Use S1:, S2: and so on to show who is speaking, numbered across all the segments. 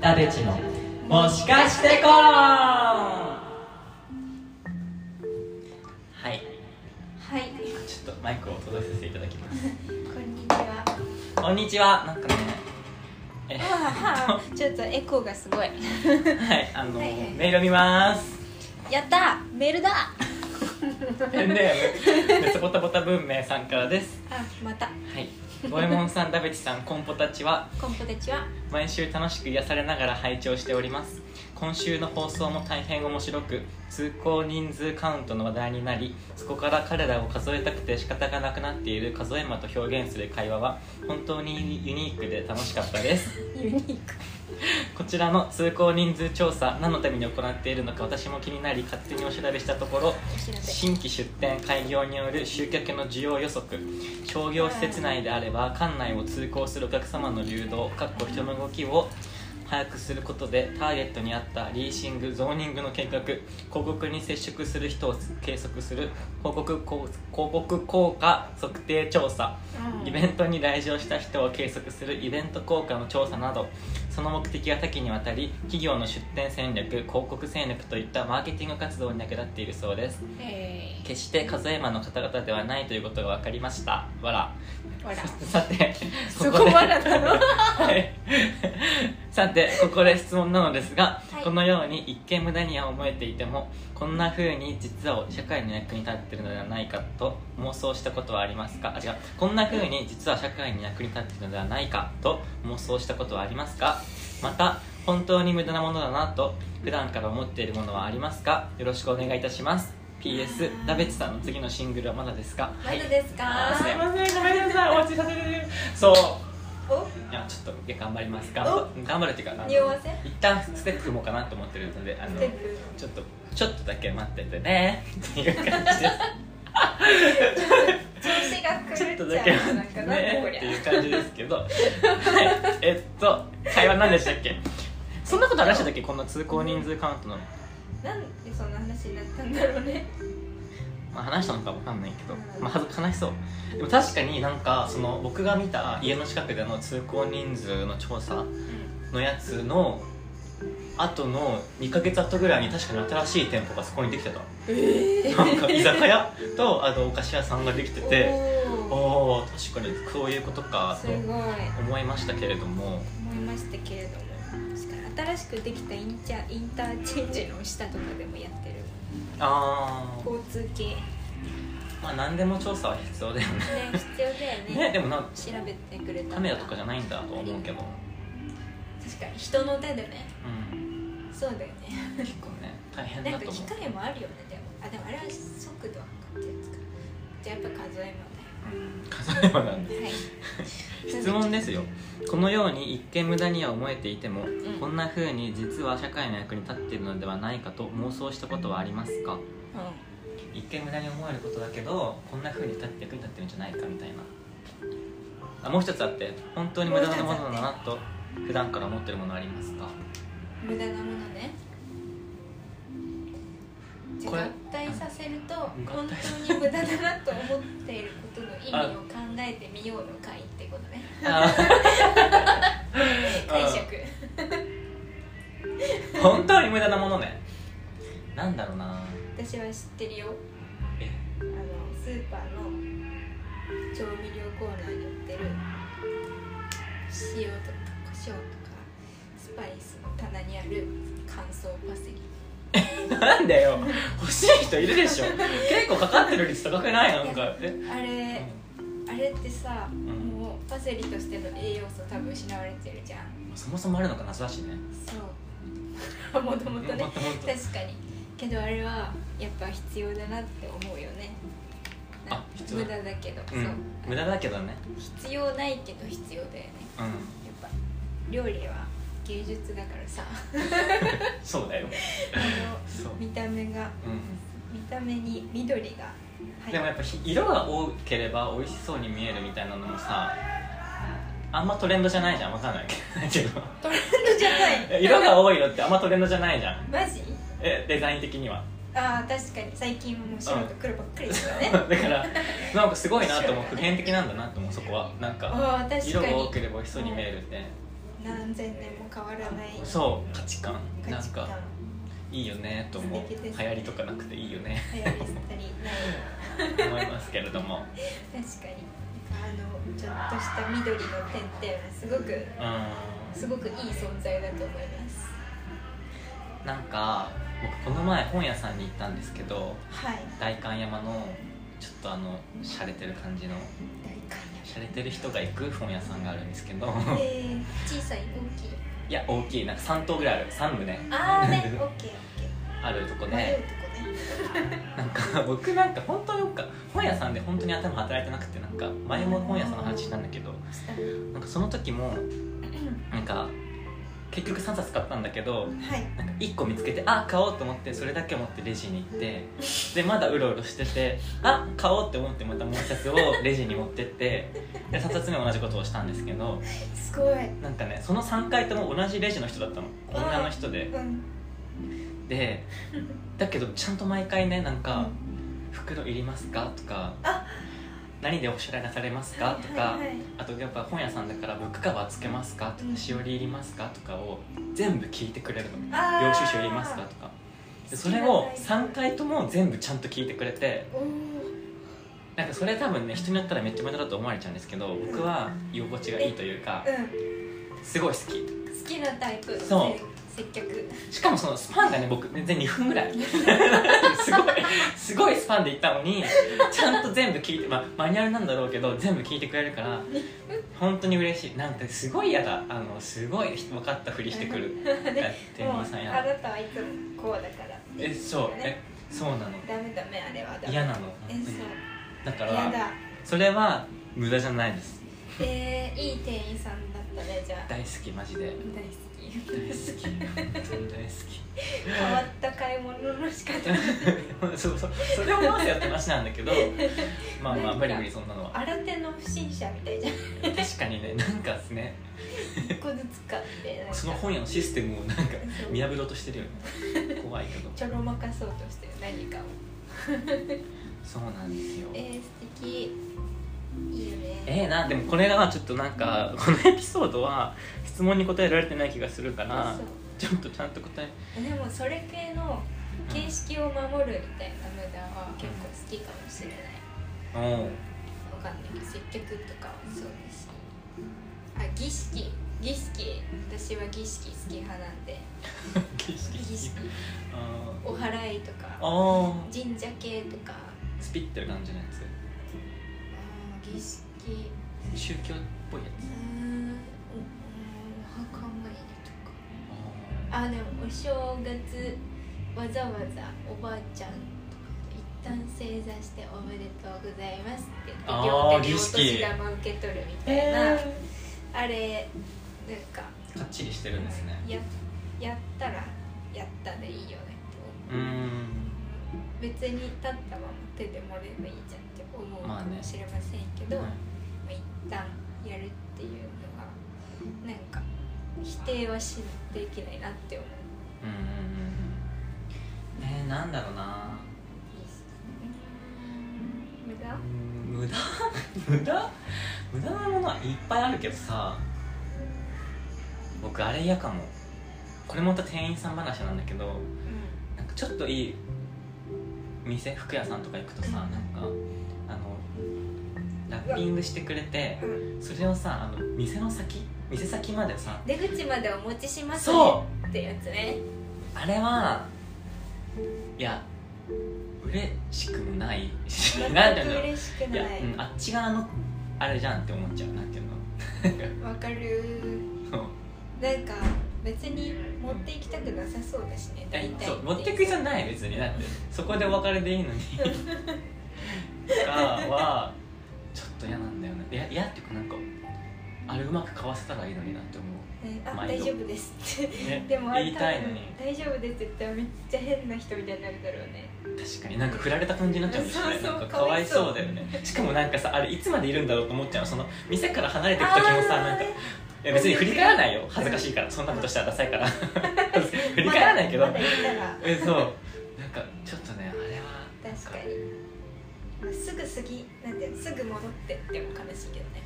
S1: ナデチのもしかしてコロンはい
S2: はい、
S1: ちょっとマイクを届けさせていただきます
S2: こんにちは。
S1: こんにちはなんかねえ
S2: わあはあちょっとエコーがすごい。
S1: はいあの、
S2: はいはい
S1: メールを見ます
S2: やったー、メールだ。
S1: ペンネームメソポタポタ文明さんからです
S2: あ、また、
S1: はい五右衛門さんダベチさんコンポたちは
S2: コンポたちは。
S1: 毎週楽しく癒されながら拝聴しております今週の放送も大変面白く通行人数カウントの話題になりそこから彼らを数えたくて仕方がなくなっている数え間と表現する会話は本当にユニークで楽しかったです
S2: ユニーク。
S1: こちらの通行人数調査何のために行っているのか私も気になり勝手にお調べしたところ
S2: お調べ
S1: 新規出店開業による集客の需要予測商業施設内であれば館内を通行するお客様の流動かっこ人の動きを把握することでターゲットに合ったリーシングゾーニングの計画広告に接触する人を計測する広告こう広告効果測定調査イベントに来場した人を計測するイベント効果の調査などその目的が多岐にわたり企業の出店戦略広告戦略といったマーケティング活動に役立っているそうです
S2: え
S1: 決して数え魔の方々ではないということが分かりましたわら
S2: ー、わら。
S1: さて
S2: そこわらなの。
S1: はい さてここで質問なのですが、
S2: はい
S1: このように一見無駄には思えていてもこんな風に実は社会の役に立っているのではないかと妄想したことはありますかあ違うこんな風に実は社会に役に立っているのではないかと妄想したことはありますかまた本当に無駄なものだなと普段から思っているものはありますかよろしくお願いいたします PS ダベツさんの次のシングルはまだですか
S2: まだですか
S1: あーすいませんごめんなさいお待ちさせてそう
S2: お、
S1: いやちょっと頑張ります頑張頑張るっていうかあの
S2: 匂わせ
S1: 一旦ステップ踏もうかなと思ってるのであ
S2: ス
S1: の
S2: テップ。
S1: ちょっとちょっとだけ待って てねっていう感じ
S2: 調子が狂っ
S1: で
S2: ち
S1: すち
S2: ゃ
S1: ょっ
S2: う
S1: とだけ待
S2: なん
S1: って
S2: か な、こ
S1: ね
S2: り
S1: っ
S2: ゃ
S1: て。いう感じですけど、はい、えっと会話何でしたっけそんなこと話してたっけこんな通行人数カウントの、ま
S2: なんでそんな話になったんだろうね。
S1: あ、話したのか分かんないけど、まあ、恥ず悲しそうでも確かになんかその僕が見た家の近くでの通行人数の調査のやつの後の2ヶ月後ぐらいに確かに新しい店舗がそこにできてた
S2: ええ
S1: なんか居酒屋とあとお菓子屋さんができてて
S2: おー
S1: おお確かにそういうことか
S2: す
S1: と
S2: ごい。
S1: 思いましたけれども
S2: 思いましたけれども。確かに新しくできたインチャインターチェンジの下とかでもやってる
S1: あー、
S2: 交通系
S1: まあ何でも調査は必要だよね
S2: ね、必要だよね
S1: ねでもな
S2: 調べてくれた
S1: カメラとかじゃ
S2: ゃ
S1: ないんだと思うけど
S2: 確かに人の手でね
S1: うん
S2: そうだよね
S1: 結構ね大変
S2: な
S1: だ
S2: んか
S1: と思
S2: 機
S1: う
S2: 械もあるよねでもあでもあれは速度測ってやつかじゃあやっぱ数え
S1: うん 数えばなんだ
S2: もねはい
S1: 質問ですよこのように一見無駄には思えていても、
S2: ん
S1: こんな風に実は社会の役に立っているのではないかと妄想したことはありますか一見無駄に思えることだけどこんな風に立って役に立ってるんじゃないかみたいなあもう一つあって本当に無駄なものだなと普段から思ってるものありますか
S2: うん無駄なものねじゃ
S1: これ
S2: あ合体させると
S1: ん
S2: 本当に無駄だなと思っていることの意
S1: あ
S2: 味を考えてみようの会ってことね 解
S1: あ
S2: 釈
S1: 本当に無駄なものねなんだろうな
S2: 私は知ってるよ
S1: え
S2: あのスーパーの調味料コーナーに売ってる塩とか胡椒とかスパイスの棚にある乾燥パセリ
S1: なんだよ欲しい人いるでしょ結構かかってる率高くないなんかえ
S2: あれあれってさ、
S1: ん
S2: もうパセリとしての栄養素多分失われてるじゃん
S1: そもそもあるのか謎だしね
S2: そう もともとね
S1: もっともっと
S2: 確かにけどあれはやっぱ必要だなって思うよねな
S1: あ必要
S2: 無駄だけど、
S1: うん
S2: そう
S1: 無駄だけどね
S2: 必要ないけど必要だよね
S1: うん
S2: やっぱ料理は芸術だからさ
S1: そうだよ
S2: あの
S1: そう
S2: 見た目が
S1: うん
S2: 見た目に緑が入
S1: でも
S2: っ
S1: やっぱひ色が多ければ美味しそうに見えるみたいなのもさあんまトレンドじゃないじゃんわかんないけど
S2: トレンドじゃない
S1: 色が多いのってあんまトレンドじゃないじゃん
S2: マジ
S1: えデザイン的には
S2: ああ確かに最近はもう白と黒ばっかりですよね、
S1: だからなんかすごいなと思う普遍的なんだなと思うそこはなんか
S2: ああ確か
S1: 色
S2: に
S1: が多ければ美味しそうに見えるって
S2: 何千年も変わらない
S1: そう価値観
S2: 価値
S1: なんか
S2: 観
S1: いいよねと思う
S2: 素敵です
S1: 流行りとかなくていいよ ね
S2: 流行りしたりない
S1: 思いますけれども
S2: 確かになんかあのちょっとした緑の点々すごく
S1: うん
S2: すごくいい存在だと思います
S1: なんか僕この前本屋さんに行ったんですけど
S2: はい
S1: 代官山のちょっとあの洒落てる感じの
S2: 大観
S1: 洒落てる人が行く本屋さんがあるんですけど
S2: 山えー、小さい大きい
S1: いや大きいなんか3棟ぐらいある3部ね
S2: ああね オッケーオッケ
S1: あるとこ
S2: ー迷う
S1: で
S2: とこね
S1: なんか僕なんか本当なんか本屋さんで本当に頭働いてなくてなんか前も本屋さんの話したんだけど
S2: したは
S1: なんかその時もなんか結局3冊買ったんだけど
S2: い
S1: なんか1個見つけてあ買おうと思ってそれだけ持ってレジに行ってでまだうろうろしててあ買おうって思ってまたもう1冊をレジに持ってってで3冊目同じことをしたんですけど
S2: すごい
S1: なんかねその3回とも同じレジの人だったの女の人で
S2: うん
S1: でだけどちゃんと毎回ねなんか「袋いりますか?」とか
S2: あ
S1: 「何でお支払いなされますか?」と
S2: はいは
S1: か
S2: いはい
S1: あとやっぱ本屋さんだから「ブックカバーつけますか?」と
S2: う
S1: か「
S2: ん
S1: しおりいりますか?」とかを全部聞いてくれるの
S2: あー
S1: 領収書いりますかとかでそれを3回とも全部ちゃんと聞いてくれて
S2: おお
S1: なんかそれ多分ね人によったらめっちゃ無駄だと思われちゃうんですけど僕は居心地がいいというか
S2: うん
S1: すごい好き
S2: 好きなタイプ
S1: そう
S2: 接 客
S1: しかもそのスパンがね僕全然2分ぐらい すごいすごいスパンで行ったのにちゃんと全部聞いて、まあ、マニュアルなんだろうけど全部聞いてくれるから本当に嬉しいなんてすごい嫌だあのすごい分かったふりしてくるだって店
S2: もう
S1: 員さんや
S2: あなたはいつもこうだからって
S1: えそうえ
S2: ね
S1: そうなの
S2: ダメダメあれはダメ
S1: 嫌なの
S2: えそう
S1: だから
S2: 嫌だ
S1: それは無駄じゃないです
S2: えー、いい店員さんだったねじゃあ
S1: 大好きマジ で
S2: 大好
S1: 大好き 本当に大
S2: き変わった買い物の仕方
S1: 好きそうそうそれをまずやって話なんだけどまあまあ無理無理そんなのは
S2: 新手の不審者みたいじゃん
S1: 確かにねなんかですね
S2: 一個ずつ買ってなんか
S1: その本屋のシステムをなんか見破ろうとしてるよね怖いけど
S2: ちょろまかそうとしてる何かを
S1: そうなんですよ
S2: えー、素敵いいよね
S1: えー、なでもこれがちょっとなんかこのエピソードは質問に答えられてない気がするから
S2: そう
S1: ちょっとちゃんと答え
S2: でもそれ系の形式を守るみたいな無駄は結構好きかもしれない
S1: お
S2: わ
S1: う
S2: かんないけど接客とかはそうですあ儀式儀式私は儀式好き派なんで
S1: 景色
S2: 儀式
S1: あ
S2: お祓いと
S1: ー
S2: か
S1: あー
S2: 神社系とか
S1: スピってる感じのやつ
S2: あー儀式
S1: 宗教っぽいや
S2: うー
S1: つ
S2: んおお墓参りとか
S1: あ
S2: あでもお正月わざわざおばあちゃんとかと一旦正座しておめでとうございますって言
S1: あー
S2: って両手でお年
S1: 儀式
S2: 玉受け取るみ
S1: ー
S2: たいな、あれなんか
S1: かっちりしてるんですね
S2: ややったらやったでいいよねと思
S1: うーん
S2: う別に立ったまま手でもればいいじゃんって思う
S1: まあ
S2: か
S1: ね
S2: もしれませんけど、
S1: はい
S2: まあ一旦やるっていうのはなんか否定はしできないなって思う
S1: うんうんうんうんえー、なんだろうな
S2: 無駄
S1: うーん無駄 無駄無駄なものはいっぱいあるけどさ僕あれ嫌かもこれもまた店員さん話なんだけど
S2: う
S1: なんかちょっといい店服屋さんとか行くとさなんかあのラッピングしてくれて
S2: ん、
S1: それをさあの店の先店先までさ
S2: 出口までお持ちしますね
S1: そ
S2: ってやつね
S1: あれはいや嬉しく もないし
S2: 全く
S1: 何て言うんだろう
S2: 嬉しく
S1: いや
S2: な、
S1: うん、あっち側のあれじゃんって思っちゃうなんていうの
S2: いわかる
S1: そう
S2: なんか別に持って行きたくなさそうだしね大体
S1: そう持ってくじゃない別にだってそこでお別れでいい のにとかはちょっと嫌なんだよねいや嫌っていうかなんかあれうまく買わせたらいいのになって思う
S2: ねあ
S1: 毎
S2: 大
S1: 度
S2: 丈夫ですって
S1: ね
S2: でもあれ
S1: 言いたいのに
S2: 多分大丈夫ですって言ったらめっちゃ変な人みたいになるだろう ね
S1: 確かになんか振られた感じになっちゃうんですよね
S2: そうそう
S1: なんか
S2: か
S1: か
S2: わ
S1: わ
S2: い
S1: い
S2: そう
S1: そうだよねしかもなんかさあれいつまでいるんだろうと思っちゃうその店から離れていく時もさ
S2: あー
S1: なんかいや別に振り返らないよ恥ずかしいからそんなことしたらダサいから 振り返らないけど、
S2: まだまだいたら
S1: えそうなんかちょっとねあれはなん
S2: 確かに、まあ、すぐ過ぎなんていうのすぐ戻ってっても悲しいけどね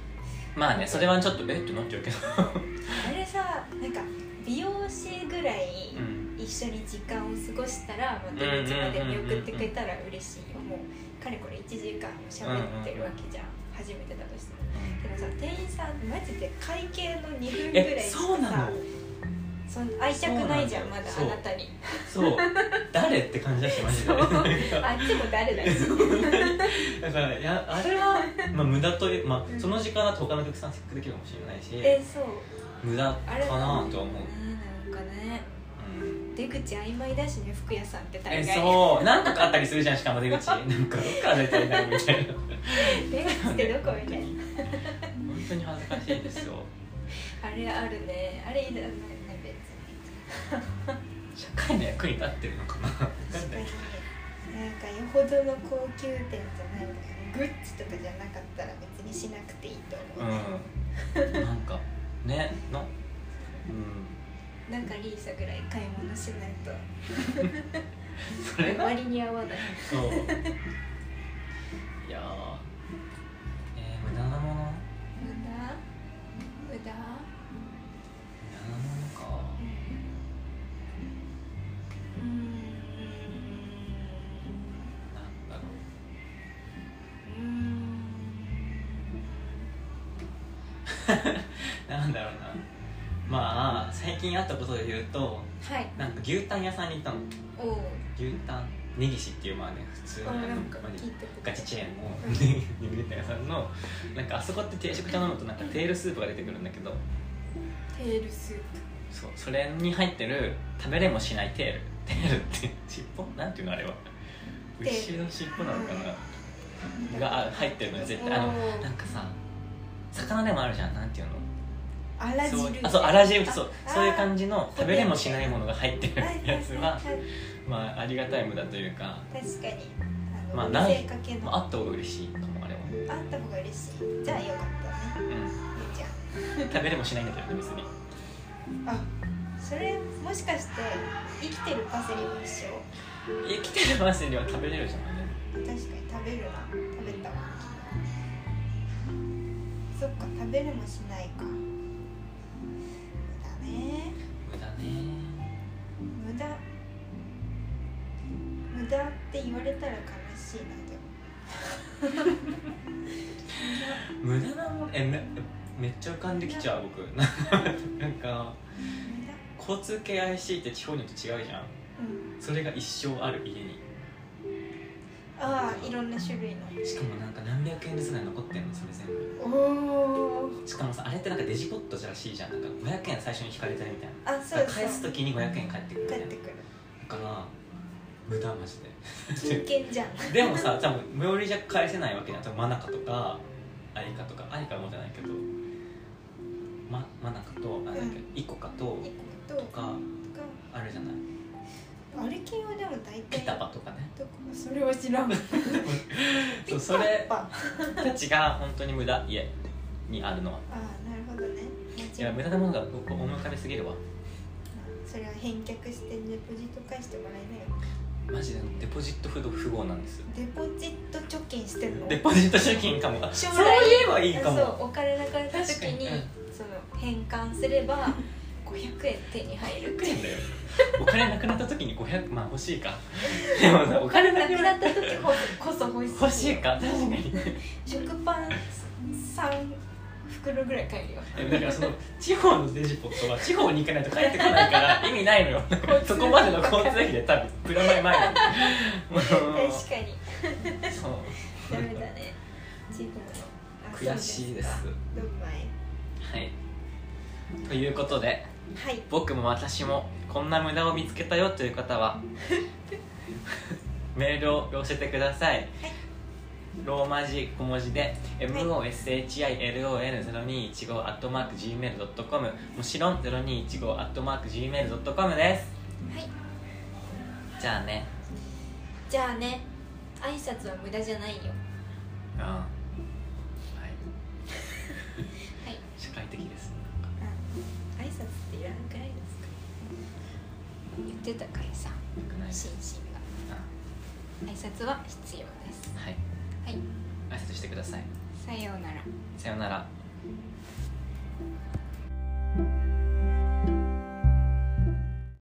S1: まあねそれはちょっとえってなっちゃうけど
S2: あれさはなんか美容師ぐらい
S1: うん
S2: 一緒に時間を過ごしたらまたお家まで見送ってくれたら嬉しいよもうかれこれ1時間喋ってるわけじゃん初めてだとしてもでもさ店員さんマジで会計の2分ぐらい
S1: え
S2: しか
S1: そうな
S2: さ
S1: の
S2: その愛着ないじゃん
S1: そう
S2: ま
S1: な
S2: だ
S1: んだよ
S2: あなたに
S1: そう誰って感じだしマジで
S2: そうあっちも誰 だし
S1: だからいやあれは、まあ、無駄という、ま
S2: うん
S1: あ、その時間だと他のお客さん接客できるかもしれないし
S2: えそう
S1: 無駄
S2: あれ
S1: かなとは思う、
S2: ねなんかね
S1: うん、
S2: 出口曖昧だしね服屋さんって大
S1: え
S2: 概
S1: そう何とかあったりするじゃんしかも出 口なんかどっから出てるんだろうみたいな
S2: 出口ってどこみたいな
S1: 本当に恥ずかしいですよ
S2: あれあるねあれいらないね別に
S1: 社会の役に立ってるのかな分か
S2: 確
S1: ん
S2: か
S1: な
S2: に
S1: い
S2: なんかよほどの高級店じゃないとかグッチとかじゃなかったら別にしなくていいと思う、
S1: うんなんかねのうん
S2: なんかリーサぐらい買い物しないと
S1: それが
S2: 割に合わない
S1: そういやーえー、無駄なもの無
S2: 無駄無駄
S1: 駄なものか
S2: うーん
S1: なんだろう
S2: うーん
S1: なんだろうなまあ最近あったことで言うと
S2: はい
S1: なんか牛タン屋さんに行ったの
S2: おお
S1: 牛タン根岸っていうまあね普通の
S2: あなんか
S1: まあね
S2: 聞いたこと
S1: ガチチェーンの
S2: うん
S1: ね牛タン屋さんのなんかあそこって定食頼むとなんかテールスープが出てくるんだけど
S2: テールスープ
S1: そうそれに入ってる食べれもしないテールテールって尻尾なんていうのあれは
S2: テール
S1: 牛の尻尾なのかなが入ってるの絶対あの
S2: おー
S1: なんかさ魚でもあるじゃんなんていうの
S2: あら汁
S1: そうあそうあら汁そう
S2: あ
S1: そういう感じの
S2: あー
S1: 食べれもしないものが入ってる
S2: はいはい
S1: やつは
S2: はい
S1: まあありがたい無駄というか、
S2: 確かにあの、
S1: まあ
S2: お
S1: ない
S2: 店かけの
S1: まあ、あった方が嬉しいかもあれは、う
S2: あった方が嬉しいじゃあよかったね
S1: ん、
S2: ゆうちゃん
S1: 食べれもしないんだけどね別に
S2: あそれもしかして生きてるパセリも一緒
S1: 生きてるマセリは食べれるじゃな
S2: 確
S1: いね
S2: かに食べるな食べたわ昨日そっか食べるもしないか無駄ね
S1: 無駄ね
S2: 無駄無駄って言われたら悲しいなでも
S1: 無駄なもんえめめっちゃ浮かんできちゃう僕 なんか
S2: 無駄
S1: 交通系 IC って地方によって違うじゃん
S2: うん
S1: それが一生ある家に
S2: ああいろんな種類の
S1: しかもなんか何百円ずつが残ってんのそれ全部
S2: おお
S1: しかもさあれってなんかデジポットじゃらしいじゃんなんか500円最初に引かれてるみたい
S2: あ
S1: な
S2: そう
S1: 返す
S2: そう
S1: 時に500円返ってくるみた
S2: 帰
S1: いな
S2: って
S1: だ
S2: くる
S1: から無駄マジで
S2: 金券じゃん
S1: でもさ多分無料じゃ返せないわけじゃん多分マナカとかアリカとかアリカは持ってないけどま、マナカとあなんだっけ、
S2: うん
S1: イコカと
S2: 一個
S1: と
S2: と
S1: かあるじゃない
S2: あれ金はでも大
S1: ピ
S2: 体
S1: タパとかね
S2: どこそれは知らん
S1: そうそれ
S2: あ
S1: たちが本当に無駄家にあるのは
S2: あなるほどね
S1: いや無駄なものが僕思い浮かべすぎるわ
S2: それは返却してデポジット返してもらえないよ
S1: マジでデポジット不動不合なんです
S2: デポジット貯金してんの
S1: デポジット貯金かもあ
S2: 将来
S1: そういえばいいか
S2: そう
S1: も
S2: お金なくなった時に
S1: 確かに
S2: その返還すれば500円手に入る
S1: 500円だよお金なくなった時に500まあ欲しいか でもさお金な
S2: な
S1: く
S2: く
S1: な
S2: な
S1: っ
S2: った時こそこそ欲しい
S1: 欲しいか確かに
S2: 食パン3袋ぐらい買えるよ
S1: でもだからその地方のデジポットは地方に行かないと帰ってこないから意味ないの よそこまでの交通費で多分プラマイ前にもう
S2: 確かに
S1: そう
S2: ダメだねチームのあ
S1: 悔しいです
S2: そうかドンマイ
S1: はいということで
S2: はい
S1: 僕も私もこんな無駄を見つけたよという方はメールを寄せてください、ローマ字小文字で、moshilon0215-gmail.com もちろん 0215-gmail.com
S2: はい
S1: ですじゃあね
S2: じゃあね挨拶は無駄じゃないよ
S1: うんはい
S2: はい
S1: 社会的ですね
S2: 挨拶っていらんくないですか言ってたからさ
S1: なんかよくない
S2: 心身が挨拶は必要です
S1: うんはい
S2: はい
S1: 挨拶してください
S2: さようなら
S1: さようなら